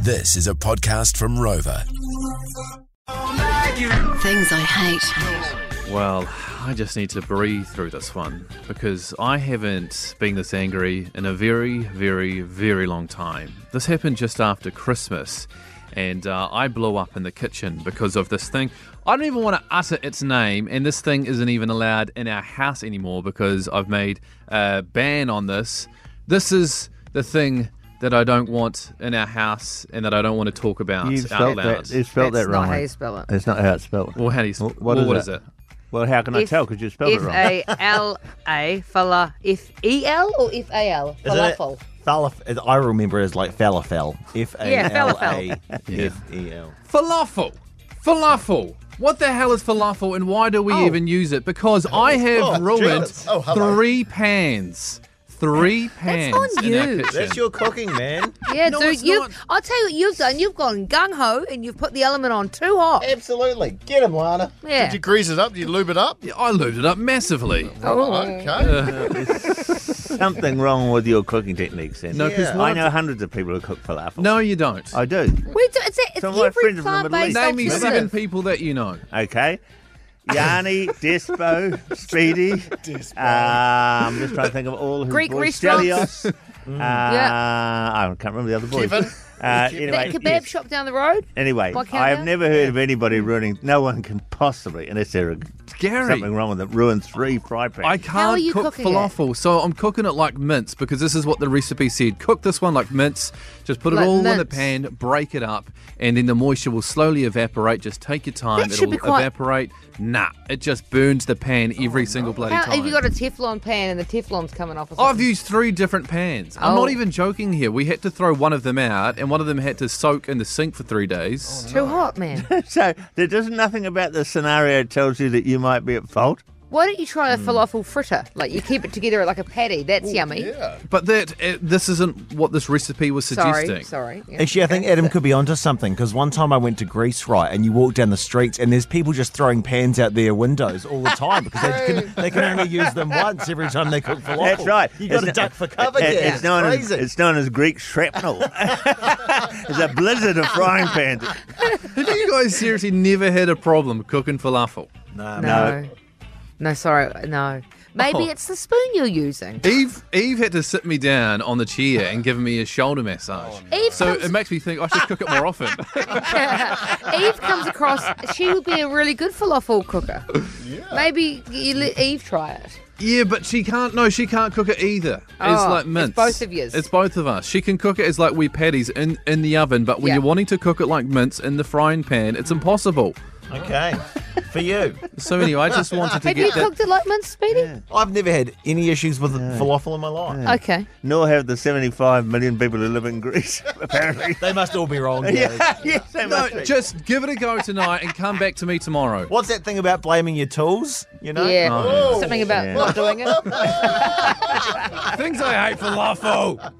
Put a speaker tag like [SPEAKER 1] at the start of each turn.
[SPEAKER 1] This is a podcast from Rover.
[SPEAKER 2] Things I hate.
[SPEAKER 3] Well, I just need to breathe through this one because I haven't been this angry in a very, very, very long time. This happened just after Christmas, and uh, I blew up in the kitchen because of this thing. I don't even want to utter its name, and this thing isn't even allowed in our house anymore because I've made a ban on this. This is the thing that I don't want in our house and that I don't want to talk about
[SPEAKER 4] You
[SPEAKER 3] out
[SPEAKER 4] spelled
[SPEAKER 3] loud.
[SPEAKER 4] that. You spelled
[SPEAKER 5] That's
[SPEAKER 4] that wrong.
[SPEAKER 5] not how
[SPEAKER 4] way.
[SPEAKER 5] you spell it.
[SPEAKER 4] It's not how it's spelled.
[SPEAKER 3] well, how do you? Well,
[SPEAKER 4] what is
[SPEAKER 3] what
[SPEAKER 4] it?
[SPEAKER 3] is it?
[SPEAKER 4] Well, how can I tell? Because you spelled it wrong.
[SPEAKER 5] F A L A fala F E L or F A L falafel.
[SPEAKER 6] Falafel. I remember it as like falafel. F A L
[SPEAKER 5] falafel.
[SPEAKER 6] A F E L.
[SPEAKER 3] Falafel. Falafel. What the hell is falafel and why do we even use it? Because I have ruined
[SPEAKER 6] Jesus. Oh, hello.
[SPEAKER 3] three pans. Three pans.
[SPEAKER 5] on
[SPEAKER 3] in our
[SPEAKER 5] you.
[SPEAKER 3] kitchen.
[SPEAKER 6] That's your cooking, man.
[SPEAKER 5] Yeah,
[SPEAKER 3] No,
[SPEAKER 5] dude.
[SPEAKER 3] it's
[SPEAKER 5] You.
[SPEAKER 3] not.
[SPEAKER 5] I'll tell you what you've done. You've gone gung ho and you've put the element on too hot.
[SPEAKER 6] Absolutely. Get him, Lana.
[SPEAKER 5] Yeah.
[SPEAKER 7] Did you grease it up? Did you lube it up?
[SPEAKER 3] Yeah, I lubed it up massively.
[SPEAKER 7] Okay. Uh,
[SPEAKER 4] Something wrong with your cooking techniques. Then.
[SPEAKER 3] No, 'cause Yeah.
[SPEAKER 4] I
[SPEAKER 3] what-
[SPEAKER 4] know hundreds of people who cook falafel.
[SPEAKER 3] No, you don't.
[SPEAKER 4] I do.
[SPEAKER 5] We do, it's, it's
[SPEAKER 4] So my
[SPEAKER 5] every
[SPEAKER 4] friends in the
[SPEAKER 5] plant
[SPEAKER 4] Middle
[SPEAKER 5] based
[SPEAKER 4] East-
[SPEAKER 3] Name me
[SPEAKER 4] Stop
[SPEAKER 3] seven
[SPEAKER 5] alternative.
[SPEAKER 3] people that you know.
[SPEAKER 4] Okay. Yanni, Despo, Speedy. Despo. Um, just trying to think of all who
[SPEAKER 5] Greek
[SPEAKER 4] boys.
[SPEAKER 5] restaurants.
[SPEAKER 4] Stelios.
[SPEAKER 3] Mm.
[SPEAKER 4] uh, I can't remember the other boys.
[SPEAKER 7] Kevin.
[SPEAKER 4] Uh,
[SPEAKER 7] Kevin.
[SPEAKER 4] anyway,
[SPEAKER 5] That kebab
[SPEAKER 4] yes.
[SPEAKER 5] shop down the road.
[SPEAKER 4] Anyway,
[SPEAKER 5] Waikato?
[SPEAKER 4] I have never heard of anybody ruining. No one can possibly, unless there are
[SPEAKER 3] Gary.
[SPEAKER 4] something wrong with them, ruin three fry pans.
[SPEAKER 3] I
[SPEAKER 5] How are
[SPEAKER 3] can't
[SPEAKER 5] you
[SPEAKER 3] cook
[SPEAKER 5] cooking it?
[SPEAKER 3] falafel, so I'm cooking it like mince because this is what the recipe said. Cook this one like mince. Just put
[SPEAKER 5] Like
[SPEAKER 3] it all in the
[SPEAKER 5] mince.
[SPEAKER 3] pan, break it up, and then the moisture will slowly evaporate. Just take your time.
[SPEAKER 5] That should
[SPEAKER 3] It'll
[SPEAKER 5] be quite- Oh,
[SPEAKER 3] evaporate. Nah, it just burns the pan every single bloody
[SPEAKER 5] How
[SPEAKER 3] time.
[SPEAKER 5] have you got a Teflon pan and the Teflon's coming off? Or something?
[SPEAKER 3] I've used three different pans. I'm
[SPEAKER 5] Oh.
[SPEAKER 3] not even joking here. We had to throw one of them out, and one of them had to soak in the sink for three days.
[SPEAKER 5] Too hot, man.
[SPEAKER 4] so there doesn't nothing about the scenario tells you that you might be at fault.
[SPEAKER 5] Why don't you try a
[SPEAKER 4] Hmm.
[SPEAKER 5] falafel fritter? Like you keep it together like a patty. That's yummy.
[SPEAKER 7] yeah.
[SPEAKER 3] But that uh, this isn't what this recipe was
[SPEAKER 5] Sorry,
[SPEAKER 3] suggesting.
[SPEAKER 5] sorry. Yeah.
[SPEAKER 6] Actually, I think Adam could be onto something because one time I went to Greece, right, and you walk down the streets and there's people just throwing pans out their windows all the time because they can, they can only use them once every time they cook falafel.
[SPEAKER 4] That's right.
[SPEAKER 6] You got
[SPEAKER 4] It's
[SPEAKER 6] to
[SPEAKER 4] kn-
[SPEAKER 6] duck for cover.
[SPEAKER 4] it-
[SPEAKER 6] there.
[SPEAKER 4] It's known as
[SPEAKER 6] Oh, crazy.
[SPEAKER 4] it's known as Greek shrapnel. it's a blizzard of frying pans.
[SPEAKER 3] Have you guys seriously never had a problem cooking falafel?
[SPEAKER 4] Uh,
[SPEAKER 5] No. No, sorry, no. Maybe
[SPEAKER 3] Oh.
[SPEAKER 5] it's the spoon you're using.
[SPEAKER 3] Eve Eve had to sit me down on the chair and give me a shoulder massage.
[SPEAKER 5] Oh, Eve
[SPEAKER 3] So
[SPEAKER 5] comes-
[SPEAKER 3] it makes me think I should cook it more often.
[SPEAKER 5] Eve comes across, she would be a really good falafel cooker. Maybe you let Eve try it.
[SPEAKER 3] yeah, but she can't. No, she can't cook it either. It's
[SPEAKER 5] Oh,
[SPEAKER 3] like
[SPEAKER 5] it's
[SPEAKER 3] mince.
[SPEAKER 5] both of yous.
[SPEAKER 3] It's both of us. She can cook it as like we patties in in the oven, but when
[SPEAKER 5] Yeah.
[SPEAKER 3] you're wanting to cook it like mince in the frying pan, it's impossible.
[SPEAKER 6] Okay. For you.
[SPEAKER 3] So anyway, I just wanted to get
[SPEAKER 5] Have you
[SPEAKER 3] that.
[SPEAKER 5] cooked it like mince, Speedy?
[SPEAKER 6] I've never had any issues with falafel in my life.
[SPEAKER 5] Okay.
[SPEAKER 4] Nor have the 75 million people who live in Greece. Apparently,
[SPEAKER 6] They must all be wrong. Gary.
[SPEAKER 4] yes, they must
[SPEAKER 3] No,
[SPEAKER 4] be.
[SPEAKER 3] just give it a go tonight and come back to me tomorrow.
[SPEAKER 6] What's that thing about blaming your tools? You know?
[SPEAKER 5] Yeah.
[SPEAKER 3] Oh.
[SPEAKER 5] Something about not doing it.
[SPEAKER 3] Things I hate falafel.